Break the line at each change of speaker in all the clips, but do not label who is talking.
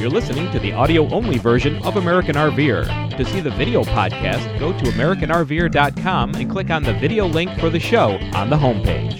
You're listening to the audio only version of American RVer. To see the video podcast, go to E AmericanRVer.com and click on the video link for the show on the homepage.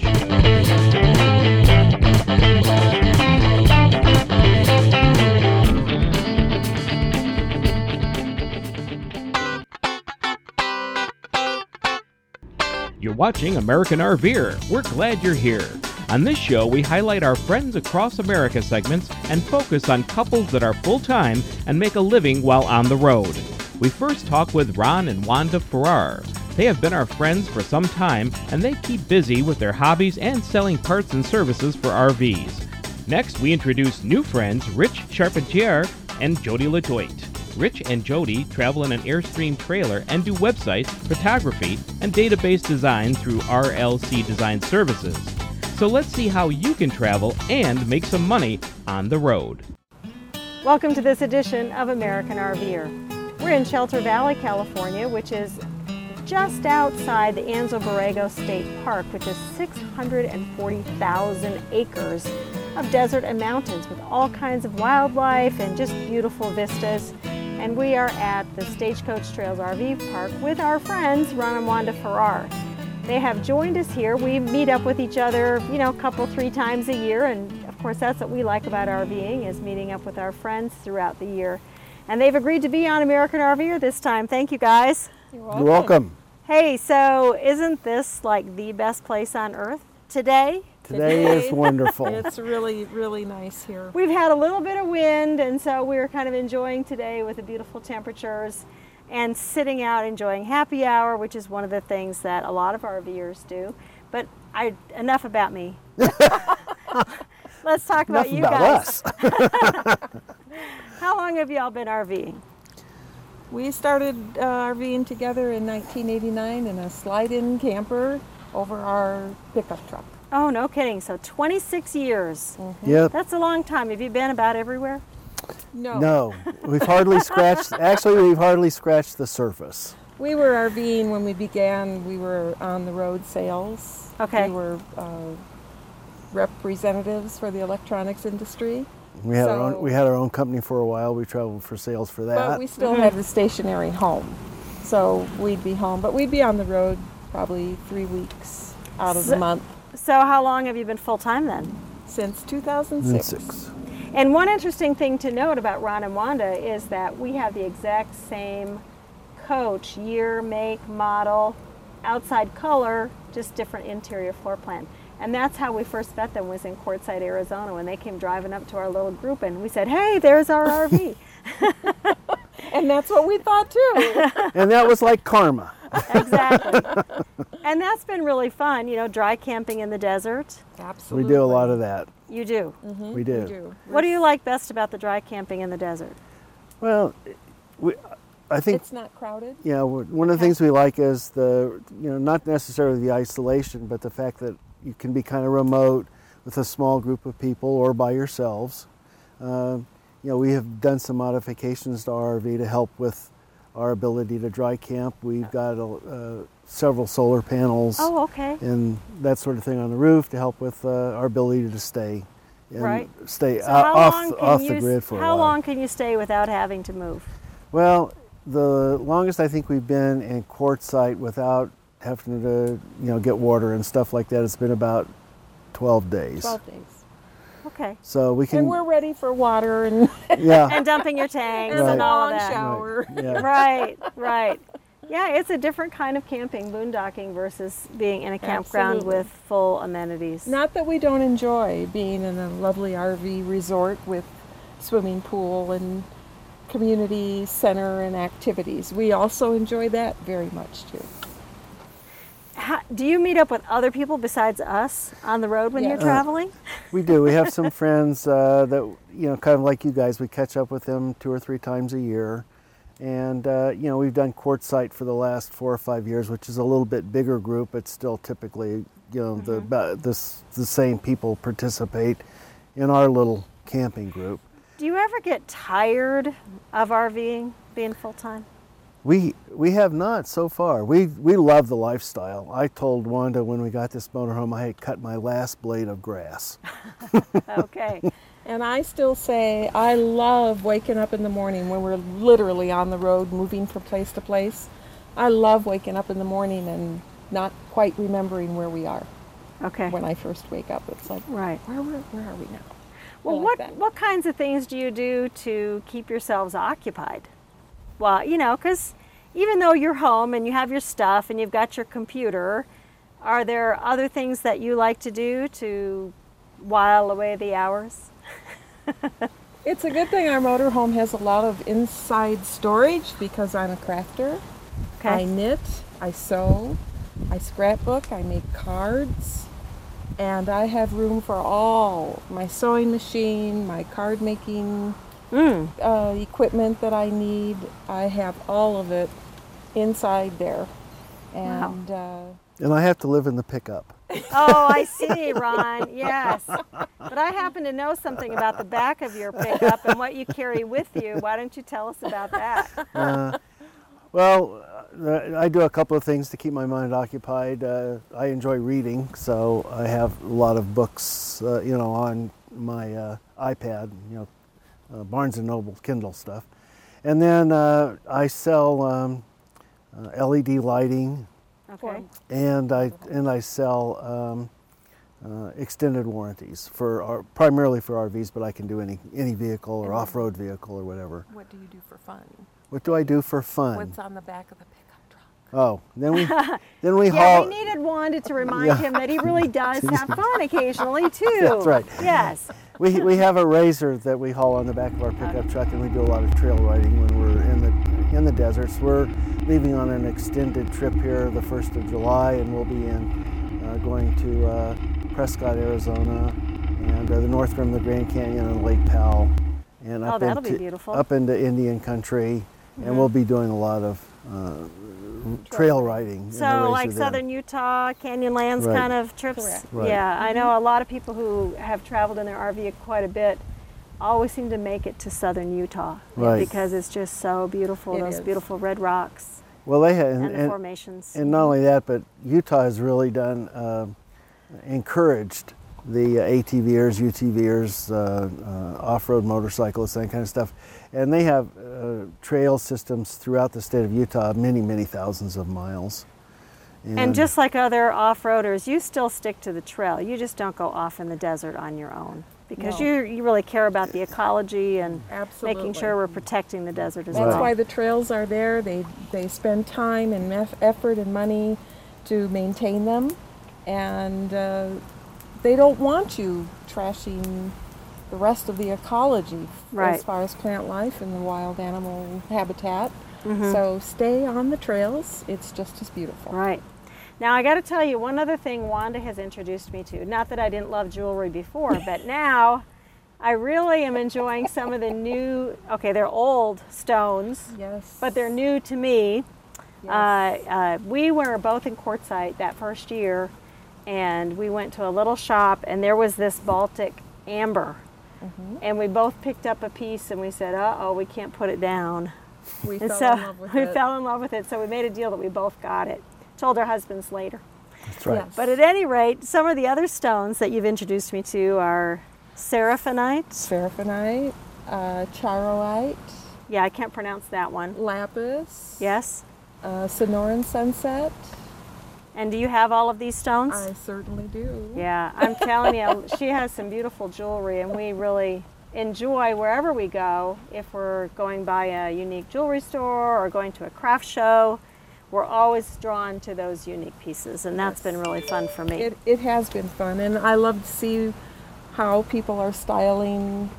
You're watching American RVer. We're glad you're here. On this show, we highlight our Friends Across America segments and focus on couples that are full time and make a living while on the road. We first talk with Ron and Wanda Farrar. They have been our friends for some time and they keep busy with their hobbies and selling parts and services for RVs. Next, we introduce new friends Rich Charpentier and Jody Latoit. Rich and Jody travel in an Airstream trailer and do websites, photography, and database design through RLC Design Services. So let's see how you can travel and make some money on the road.
Welcome to this edition of American RVer. We're in Shelter Valley, California, which is just outside the Anzo Borrego State Park, which is 640,000 acres of desert and mountains with all kinds of wildlife and just beautiful vistas. And we are at the Stagecoach Trails RV Park with our friends Ron and Wanda Farrar. They have joined us here. We meet up with each other, you know, a couple, three times a year. And of course, that's what we like about RVing is meeting up with our friends throughout the year. And they've agreed to be on American RVer this time. Thank you guys.
You're welcome.
Hey, so isn't this like the best place on earth today?
Today is
Today.
wonderful.
It's really, really nice here.
We've had a little bit of wind, and so we were kind of enjoying today with the beautiful temperatures and sitting out enjoying happy hour, which is one of the things that a lot of RVers do. But I, enough about me. Let's talk about
Nothing
you
about
guys.
us.
How long have y'all been RVing?
We started uh, RVing together in 1989 in a slide-in camper over our pickup truck.
Oh, no kidding. So 26 years.
Yep.
That's a long time. Have you been about everywhere?
No,
No, we've hardly scratched. Actually, we've hardly scratched the surface.
we were RVing when we began. We were on the road sales.
Okay.
We were uh, representatives for the electronics industry,
We had our own.
So-
We had our own company for a while. We traveled for sales for that.
but we still had the stationary home. So we'd be home, but we'd be on the road probably three weeks out of the
So-
month
So, how long have you been full time then?
since
And
2006.
six.
And one interesting thing to note about Ron and Wanda is that we have the exact same coach, year, make, model, outside color, just different interior floor plan. And that's how we first met them was in Quartzsite, Arizona, when they came driving up to our little group and we said, hey, there's our RV.
And that's what we thought too.
And that was like karma.
exactly. And that's been really fun, you know, dry camping in the desert.
We
Absolutely.
do a lot of that.
You do.
We do.
What do you like best about the dry camping in the desert?
Well, we. I think
It's not crowded.
Yeah, w- one of the things we like is the, you know, not necessarily the isolation, but the fact that you can be kind of remote with a small group of people or by yourselves. Um, you know, we have done some modifications to our RV to help with our ability to dry camp. We've got uh, several solar panels
Oh, okay.
and that sort of thing on the roof to help with uh, our ability to stay and
Right.
stay
So
o-
how
off,
long can
off
you,
the
s-
grid for a
How
while.
long can you stay without having to move?
Well, the longest I think we've been in quartzite without having to, you know, get water and stuff like that, it's been about 12 days.
12 days.
Okay.
So we
And
can,
we're ready for water and,
yeah,
and dumping your tanks
and
Right.
a
and all
long
of that.
shower.
yeah,
Right, right. Yeah, it's a different kind of camping, boondocking versus being in a campground
Absolutely.
with full amenities.
Not that we don't enjoy being in a lovely RV resort with swimming pool and community center and activities. We also enjoy that very much too.
How, do you meet up with other people besides us on the road when you're
Yes. Uh,
traveling?
we do. We have some friends uh, that, you know, kind of like you guys, we catch up with them two or three times a year. And, uh, you know, we've done quartzite for the last four or five years, which is a little bit bigger group, but still typically, you know, the, about this, the same people participate in our little camping group.
do you ever get tired of RVing, being full time?
We we have not so far. We we love the lifestyle. I told Wanda when we got this motorhome I had cut my last blade of grass.
Okay.
And I still say I love waking up in the morning when we're literally on the road moving from place to place. I love waking up in the morning and not quite remembering where we are
Okay.
when I first wake up. It's like,
Right.
where, where, where are we now?
Well,
like
what
that.
what kinds of things do you do to keep yourselves occupied? Well, you know, because even though you're home and you have your stuff and you've got your computer, are there other things that you like to do to while away the hours?
It's a good thing our motorhome has a lot of inside storage because I'm a crafter. I
Okay.
knit, I sew, I scrapbook, I make cards, and I have room for all my sewing machine, my card making
Mm,
uh, equipment that I need. I have all of it inside there. And uh,
And I have to live in the pickup.
Oh, I see, Ron. Yes. But I happen to know something about the back of your pickup and what you carry with you. Why don't you tell us about that?
Well, uh, I do a couple of things to keep my mind occupied. Uh, I enjoy reading, so I have a lot of books, uh, you know, on my uh, iPad, you know, uh, Barnes and Noble Kindle stuff. And then uh, I sell um, uh, LED lighting,
Okay.
and I and I sell um, uh, extended warranties for our, primarily for RVs, but I can do any any vehicle or off-road vehicle or whatever.
what do you do for fun?
What do I do for fun?
on the back of the pickup truck?
Oh, then we then we
Yeah,
haul.
we needed Wanda to remind
Yeah.
him that he really does have fun occasionally too.
That's right.
Yes.
we, we have a razor that we haul on the back of our pickup truck, and we do a lot of trail riding when we're in the in the deserts. We're leaving on an extended trip here the first of July, and we'll be in uh, going to uh, Prescott, Arizona, and uh, the north rim of the Grand Canyon and Lake Powell, and
Oh,
up
that'll be
into
beautiful. Mm-hmm.
up into Indian country, and we'll be doing a lot of uh, trail riding. in the
So like
razor then.
southern Utah, Canyonlands
Right.
kind of trips.
Correct. Mm-hmm.
Right.
Yeah, I know a lot of people who have traveled in their RV quite a bit always seem to make it to southern Utah
Right.
because it's just so beautiful.
It
those
is.
beautiful red rocks
Well, they had
and,
and,
the
and-
formations.
And not only that, but Utah has really done um encouraged the uh, ATVers, UTVers, uh, uh, off-road motorcyclists, that kind of stuff, and they have uh, trail systems throughout the state of Utah, many, many thousands of miles.
and just like other off-roaders, you still stick to the trail. You just don't go off in the desert on your own because
No.
you you really care about the ecology and
Absolutely.
making sure we're protecting the desert as
That's
well.
why the trails are there. They they spend time and mef- effort and money to maintain them, and uh, they don't want you trashing the rest of the ecology
Right.
as far as plant life and the wild animal habitat. So stay on the trails. It's just as beautiful.
Mm-hmm. Right. Now I got to tell you one other thing Wanda has introduced me to. Not that I didn't love jewelry before, but now I really am enjoying some of the new. Okay, they're old stones,
Yes.
but they're new to me.
Yes.
Uh, uh, we were both in quartzite that first year, and we went to a little shop, and there was this Baltic amber.
Mm-hmm.
And we both picked up a piece and we said, uh oh, we can't put it down.
we
And
fell
so
in love with
we
it.
fell in love with it. So we made a deal that we both got it. Told our husbands later.
That's right.
Yes.
But at any rate, some of the other stones that you've introduced me to are seraphonite.
Seraphinite, uh, charoite,
Yeah, I can't pronounce that one.
lapis.
Yes.
Uh, Sonoran sunset.
And do you have all of these stones?
I certainly do.
Yeah, I'm telling you, she has some beautiful jewelry, and we really enjoy wherever we go. If we're going by a unique jewelry store or going to a craft show, we're always drawn to those unique pieces, and that's been really fun for me.
It, it has been fun, and I love to see how people are styling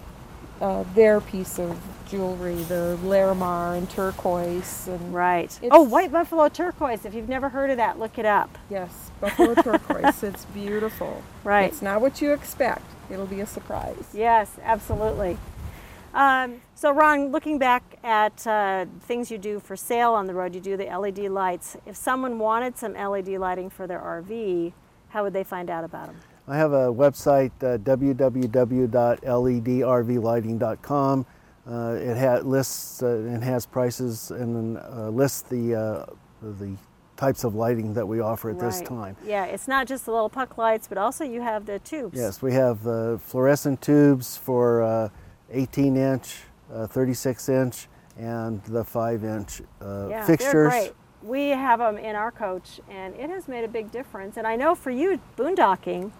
uh, their piece of jewelry, the Larimar and turquoise, and
right.
it's-
Oh, white buffalo turquoise. If you've never heard of that, look it up.
yes, buffalo turquoise. It's beautiful.
Right.
It's not what you expect. It'll be a surprise.
Yes, absolutely. Um, so, Ron, looking back at uh, things you do for sale on the road, you do the LED lights. If someone wanted some LED lighting for their RV, how would they find out about them?
I E have a website, uh, www.ledrvlighting.com. Uh, it ha- lists uh, and has prices and then uh, lists the uh, the types of lighting that we offer at this
Right.
time.
Yeah, it's not just the little puck lights, but also you have the tubes.
Yes, we have uh, fluorescent tubes for uh, 18 inch, uh, 36 inch, and the 5 inch uh,
yeah,
fixtures.
They're great. We have them in our coach, and it has made a big difference. And I know for you, boondocking,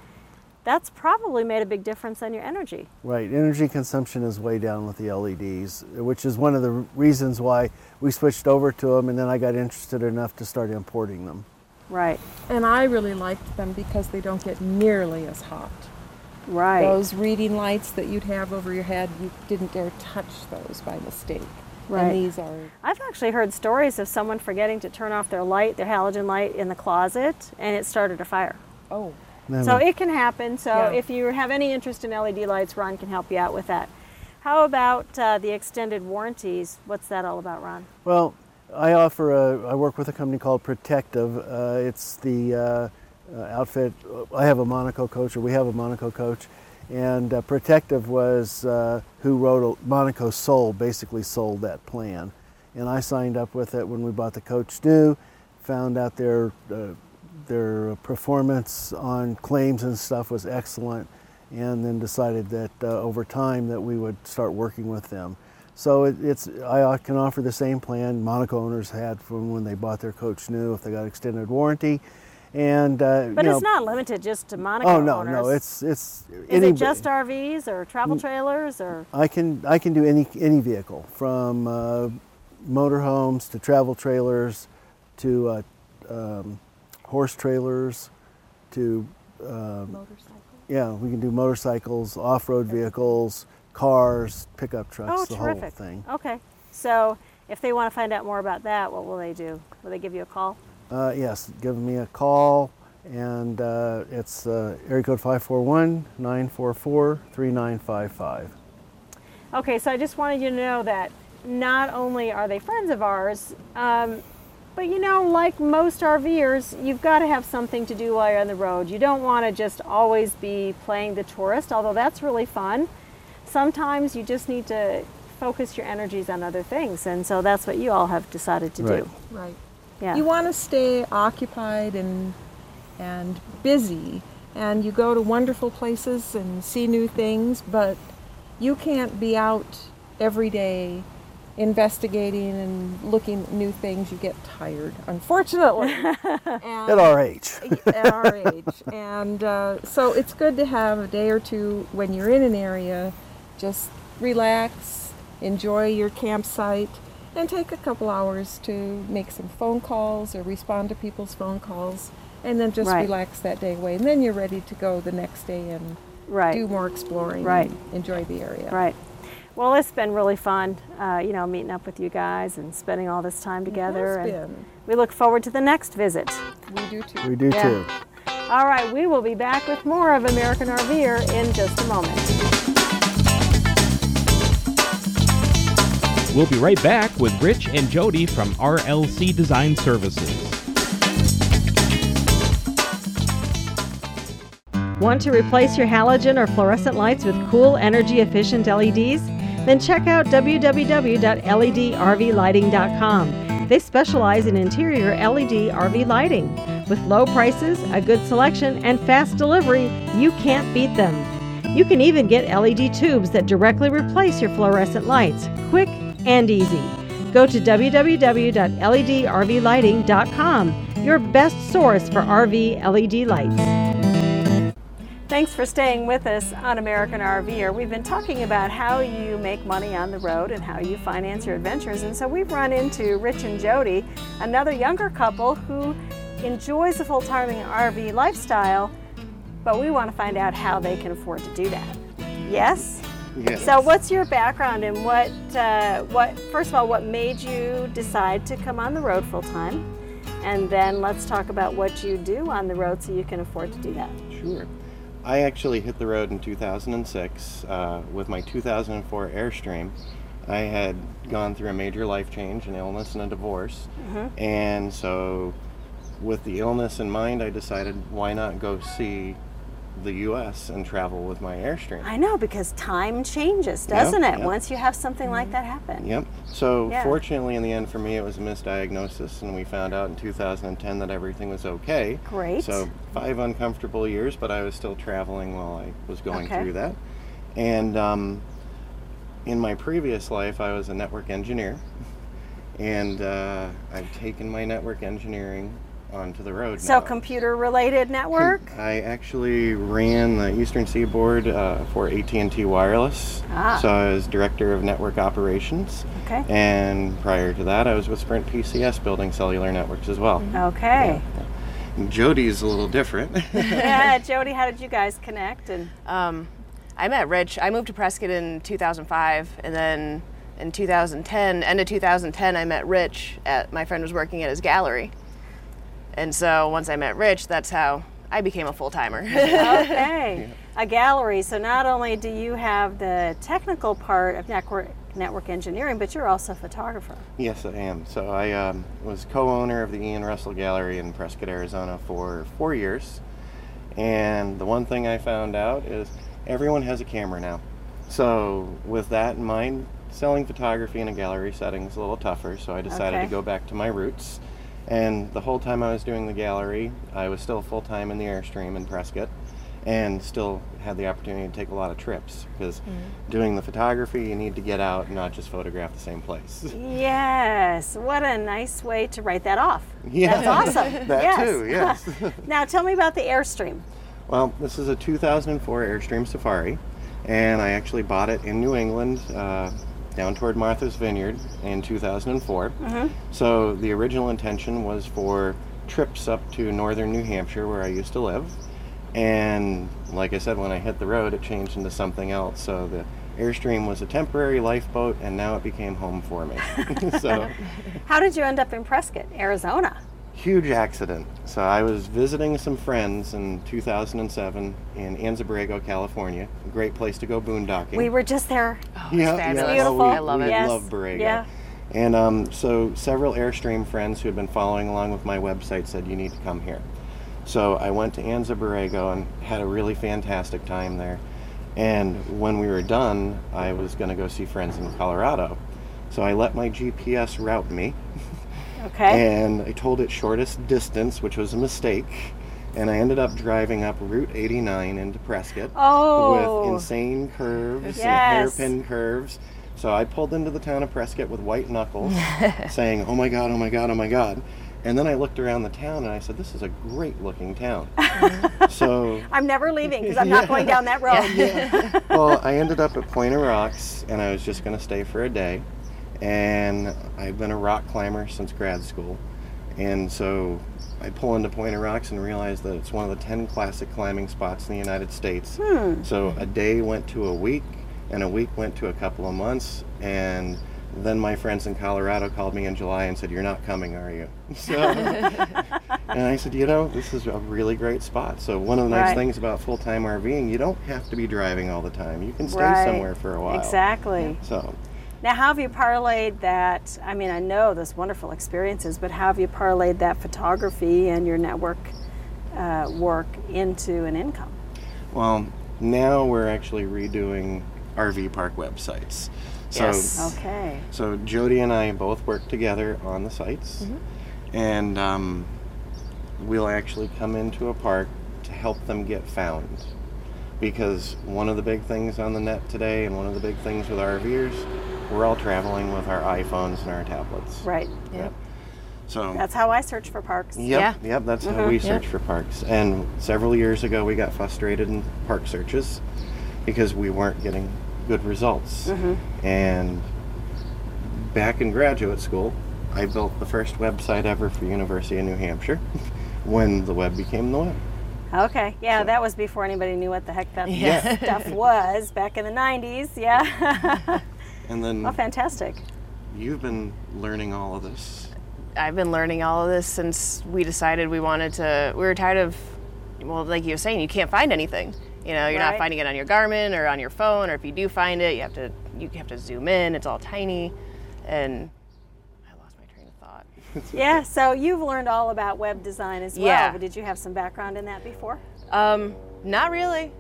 that's probably made a big difference on your energy.
Right, energy consumption is way down with the LEDs, which is one of the reasons why we switched over to them, and then I got interested enough to start importing them.
Right,
And I really liked them because they don't get nearly as hot.
right.
Those reading lights that you'd have over your head, you didn't dare touch those by mistake.
Right.
And these are
I've actually heard stories of someone forgetting to turn off their light, their halogen light, in the closet, and it started a fire.
oh,
And
So it can happen. So
Yeah.
if you have any interest in LED lights, Ron can help you out with that. How about uh, the extended warranties? What's that all about, Ron?
Well, I offer a, I work with a company called Protective. Uh, it's the uh, uh, outfit, I have a Monaco coach, or we have a Monaco coach, and uh, Protective was uh, who wrote, a, Monaco sold, basically sold that plan. And I signed up with it when we bought the coach new, found out their, uh, their performance on claims and stuff was excellent, and then decided that uh, over time that we would start working with them. So it, it's I can offer the same plan Monaco owners had from when they bought their coach new if they got extended warranty, and uh,
But
you
it's
know-
not limited just to Monaco
Oh no,
owners.
no, it's it's
Is
any-
it just RVs or travel trailers or?
I can I can do any any vehicle from uh, motorhomes to travel trailers to uh, um, horse trailers to um,
motorcycle.
yeah we can do motorcycles, off-road vehicles, cars, pickup trucks,
Oh,
the
terrific.
whole thing.
Okay. So if they want to find out more about that, what will they do? Will they give you a call?
Uh, yes, give me a call, and uh, it's uh, area code 541 944 3955.
Okay, so I just wanted you to know that not only are they friends of ours, um, but you know, like most RVers, you've got to have something to do while you're on the road. You don't want to just always be playing the tourist, although that's really fun. Sometimes you just need to focus your energies on other things, and so that's what you all have decided to
Right.
do.
Right.
Yeah.
You want to stay occupied and and busy, and you go to wonderful places and see new things, but you can't be out every day investigating and looking at new things. You get tired, unfortunately. And-
At our age.
at our age. And uh, so it's good to have a day or two when you're in an area, just relax, enjoy your campsite, and take a couple hours to make some phone calls or respond to people's phone calls, and then just
Right.
relax that day away. And then you're ready to go the next day and
right.
do more exploring,
Right.
and enjoy the area.
Right. Well, it's been really fun, uh, you know, meeting up with you guys and spending all this time together.
has
and
been.
we look forward to the next visit.
We do too.
We do
Yeah.
too.
All right, we will be back with more of American RVer in just a moment.
We'll be right back with Rich and Jody from RLC Design Services.
Want to replace your halogen or fluorescent lights with cool, energy efficient LEDs? Then check out E www.ledrvlighting.com. They specialize in interior E LED RV lighting. With low prices, a good selection, and fast delivery, you can't beat them. You can even get LED tubes that directly replace your fluorescent lights, quick and easy. Go to E www.ledrvlighting.com, your best source for RV LED E lights. Thanks for staying with us on American RVer. We've been talking about how you make money on the road and how you finance your adventures. And so we've run into Rich and Jody, another younger couple who enjoys the full time RV lifestyle, but we want to find out how they can afford to do that. Yes?
Yes.
So, what's your background and what, uh, what, first of all, what made you decide to come on the road full time? And then let's talk about what you do on the road so you can afford to do that.
Sure. I actually hit the road in 2006 uh, with my 2004 Airstream. I had gone through a major life change, an illness and a divorce. And so, with the illness in mind, I decided why not go see the U.S. and travel with my Airstream.
I know because time changes, doesn't it?
yeah.
Once you have something like that happen.
Mm-hmm. Yep. So
Yeah.
fortunately, in the end, for me, it was a misdiagnosis, and we found out in 2010 that everything was okay.
Great.
So five uncomfortable years, but I was still traveling while I was going
Okay.
through that. And um, in my previous life, I was a network engineer, and uh, I've taken my network engineering onto the road.
So
now.
computer-related network.
I actually ran the Eastern Seaboard uh, for AT&T Wireless.
Ah.
So I was director of network operations.
Okay.
And prior to that, I was with Sprint PCS building cellular networks as well.
Okay. Mm-hmm.
Jody's a little different.
Yeah, Jody, how did you guys connect? And
Um, I met Rich. I moved to Prescott in 2005, and then in 2010, end of 2010, I met Rich. At my friend was working at his gallery, and so once I met Rich, that's how I became a full timer.
okay, a gallery. So not only do you have the technical part of network network engineering, but you're also a photographer.
yes, I am. So I um, was co-owner of the Ian Russell Gallery in Prescott, Arizona for four years. And the one thing I found out is everyone has a camera now. So with that in mind, selling photography in a gallery setting is a little tougher. So I decided
Okay.
to go back to my roots. And the whole time I was doing the gallery, I was still full time in the Airstream in Prescott and still had the opportunity to take a lot of trips because doing the photography, you need to get out and not just photograph the same place.
Yes, what a nice way to write that off.
Yeah.
That's awesome.
that
yes.
too, yes.
Now tell me about the Airstream.
Well, this is a 2004 Airstream Safari, and I actually bought it in New England, uh, down toward Martha's Vineyard in 2004. So the original intention was for trips up to northern New Hampshire, where I used to live. And like I said, when I hit the road, it changed into something else. So the Airstream was a temporary lifeboat, and now it became home for me. so
How did you end up in Prescott, Arizona?
huge accident. So I was visiting some friends in 2007 in Anzabrego, California. A great place to go boondocking.
We were just there.
yeah,
fabulous.
yeah,
Beautiful.
we-
I love
we
it.
Yes,
Love Borrego.
yeah.
And um, so several Airstream friends who had been following along with my website said, "You need to come here." So I went to Anza Borrego and had a really fantastic time there. And when we were done, I was going to go see friends in Colorado. So I let my GPS route me
Okay.
and I told it shortest distance, which was a mistake. And I ended up driving up Route 89 into Prescott
Oh.
with insane curves
Yes.
and hairpin curves. So I pulled into the town of Prescott with white knuckles, saying, "Oh my God! Oh my God! Oh my God!" And then I looked around the town and I said, "This is a great-looking town." so
I'm never leaving because I'm not going down that road.
well, I ended up at Point of Rocks, and I was just going to stay for a day. And I've been a rock climber since grad school. And so I pull into Point of Rocks and realize that it's one of the 10 classic climbing spots in the United States. So a day went to a week, and a week went to a couple of months. And then my friends in Colorado called me in July and said, You're not coming, are you? So. And I said, you know, this is a really great spot. So one of the nice
Right.
things about full-time RVing, you don't have to be driving all the time. You can stay
Right.
somewhere for a while.
Exactly.
So
Now, how have you parlayed that? I mean, I know those wonderful experiences, but how have you parlayed that photography and your network uh, work into an income?
Well, now we're actually redoing RV park websites. So,
Yes.
Okay.
so Jody and I both work together on the sites,
Mm-hmm.
and um, we'll actually come into a park to help them get found. Because one of the big things on the net today, and one of the big things with RVers, we're all traveling with our iPhones and our tablets.
Right.
Yep. So
That's how I search for parks.
Yep, yep, that's how we search for parks. And several years ago, we got frustrated in park searches because we weren't getting good results. And back in graduate school, I built the first website ever for University of New Hampshire when the web became the web.
Okay. Yeah, that was before anybody knew what the heck that stuff was back in the 90s. Yeah.
And then
oh, fantastic.
you've been learning all of this.
I've been learning all of this since we decided we wanted to. We were tired of, well, like you were saying, you can't find anything. You know, you're
Right.
not finding it on your Garmin or on your phone, or if you do find it, you have to you have to zoom in. It's all tiny, and I lost my train of thought.
Yeah, so you've learned all about web design as well.
Yeah.
Did you have some background in that before?
Um, Not really,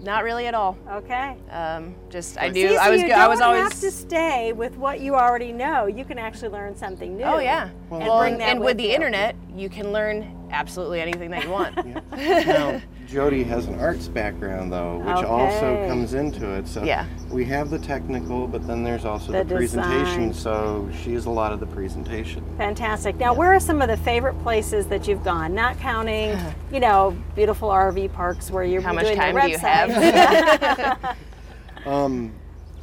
not really at all.
Okay.
Um, just I
See, so
do. I was.
you
go- I was
don't
always.
have to stay with what you already know. You can actually learn something new.
Oh yeah. Well,
and
and,
bring that
and
with
with the
you.
internet, you can learn absolutely anything that you want.
now, Jody has an arts background though, which also
Okay.
comes into it. So
Yeah.
we have the technical, but then there's also
The
the, presentation.
design.
So she is a lot of the presentation.
Fantastic. Now, where are some of the favorite places that you've gone? Not counting, you know, beautiful RV parks where you're
How much
doing
time
the
do you
website.
have?
Um,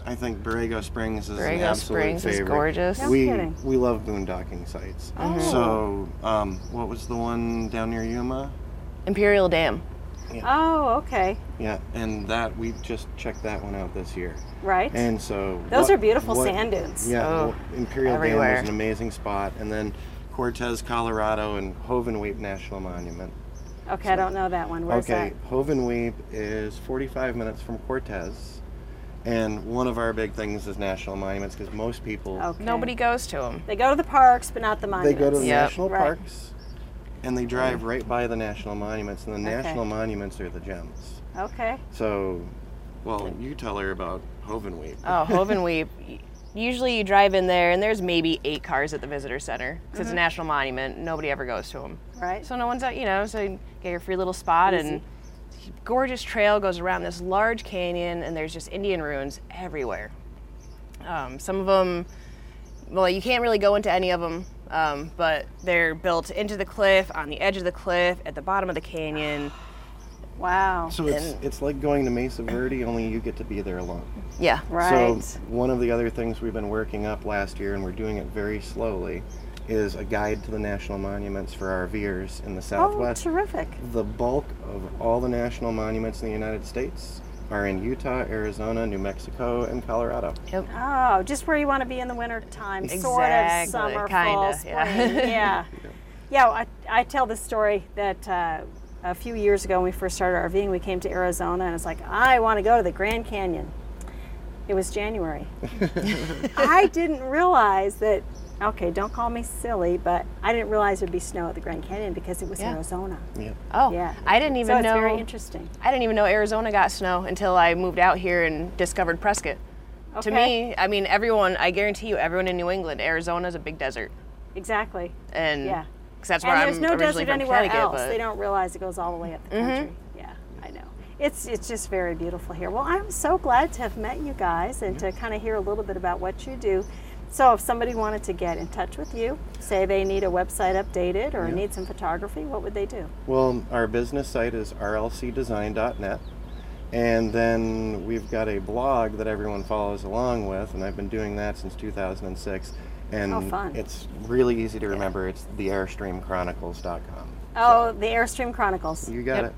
I think Borrego Springs is an
Borrego
absolute
Springs is
favorite.
gorgeous. Oh. No
we
kidding.
we love boondocking sites. So um, what was the one down near Yuma?
Imperial Dam.
Oh, okay.
Yeah, and that we just checked that one out this year.
Right.
And so
Those
what-
are beautiful
what-
sand dunes.
Yeah,
Oh,
well, Imperial
everywhere.
Dam is an amazing spot, and then Cortez, Colorado, and Hovenweep National Monument.
Okay, I don't know that one. Where's
okay, Hovenweep is 45 minutes from Cortez, and one of our big things is national monuments because most people
that? Okay.
Nobody goes to them.
They go to the parks, but not the
they
Oh, monuments.
go to the
Yep.
national
Right. Mm.
parks, and they drive right by the national monuments, and the
Okay.
national monuments are the gems.
Okay.
So, well, you tell her about Hovenweep.
Oh, Hovenweep. Usually you drive in there and there's maybe eight cars at the visitor center 'cause
Mm-hmm.
it's a national monument. Nobody ever goes to them.
Right.
So no one's out, you know, so you get your free little spot and gorgeous trail goes around this large canyon and there's just Indian ruins everywhere. Um, some of them, well, you can't really go into any of them, um, but they're built into the cliff, on the edge of the cliff, at the bottom of the canyon.
Wow.
So it's it's like going to Mesa Verde, only you get to be there alone.
Yeah.
Right.
So one of the other things we've been working up last year, and we're doing it very slowly, is a guide to the national monuments for RVers in
oh,
the Southwest.
terrific.
the bulk of all the national monuments in the United States are in Utah, Arizona, New Mexico, and Colorado.
Oh, just where you want to be in the winter time, sort of
Exactly,
summer, fall,
kinda,
spring.
yeah.
Yeah. yeah. I, I tell this story that uh, a few years ago when we first started RVing, we came to Arizona and it's like, I want to go to the Grand Canyon. It was January. I didn't realize that, okay, don't call me silly, but I didn't realize there'd be snow at the Grand Canyon because it was
Yeah.
Arizona.
Yeah.
Oh,
Yeah.
I didn't even
so it's
know.
very interesting.
I didn't even know Arizona got snow until I moved out here and discovered Prescott. To
Okay.
me, I mean, everyone, I guarantee you, everyone in New England, Arizona is a big desert.
Exactly.
And
Yeah.
'cause that's where
and
I'm
there's no desert
originally from
anywhere
Connecticut,
else.
but- Mm-hmm.
They don't realize it goes all the way up the country. Yeah, I know. It's it's just very beautiful here. Well, I'm so glad to have met you guys and to kind of hear a little bit about what you do. So, if somebody wanted to get in touch with you, say they need a website updated or need some photography, what would they do?
Well, our business site is rlcdesign.net. And then we've got a blog that everyone follows along with, and I've been doing that since 2006. And
Oh, fun.
it's really easy to remember. It's the airstreamchronicles.com.
Oh, the Airstream Chronicles.
You got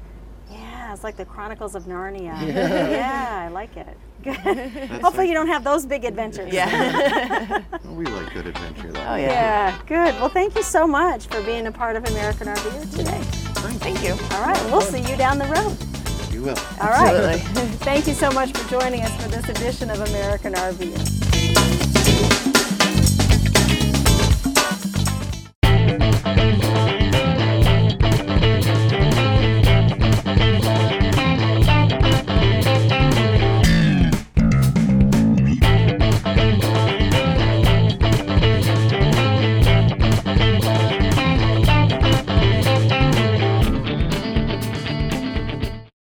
Yeah, it's like the Chronicles of Narnia. yeah, I like it. Good.
it.
Hopefully, you don't have those big adventures.
yeah.
don't. We like good adventure, though.
oh, yeah.
Yeah, good. Well, thank you so much for being a part of American RVer today.
Thank you.
All right, we'll see you down the road.
You will.
All right.
Absolutely.
Thank you so much for joining us for this edition of American RVer.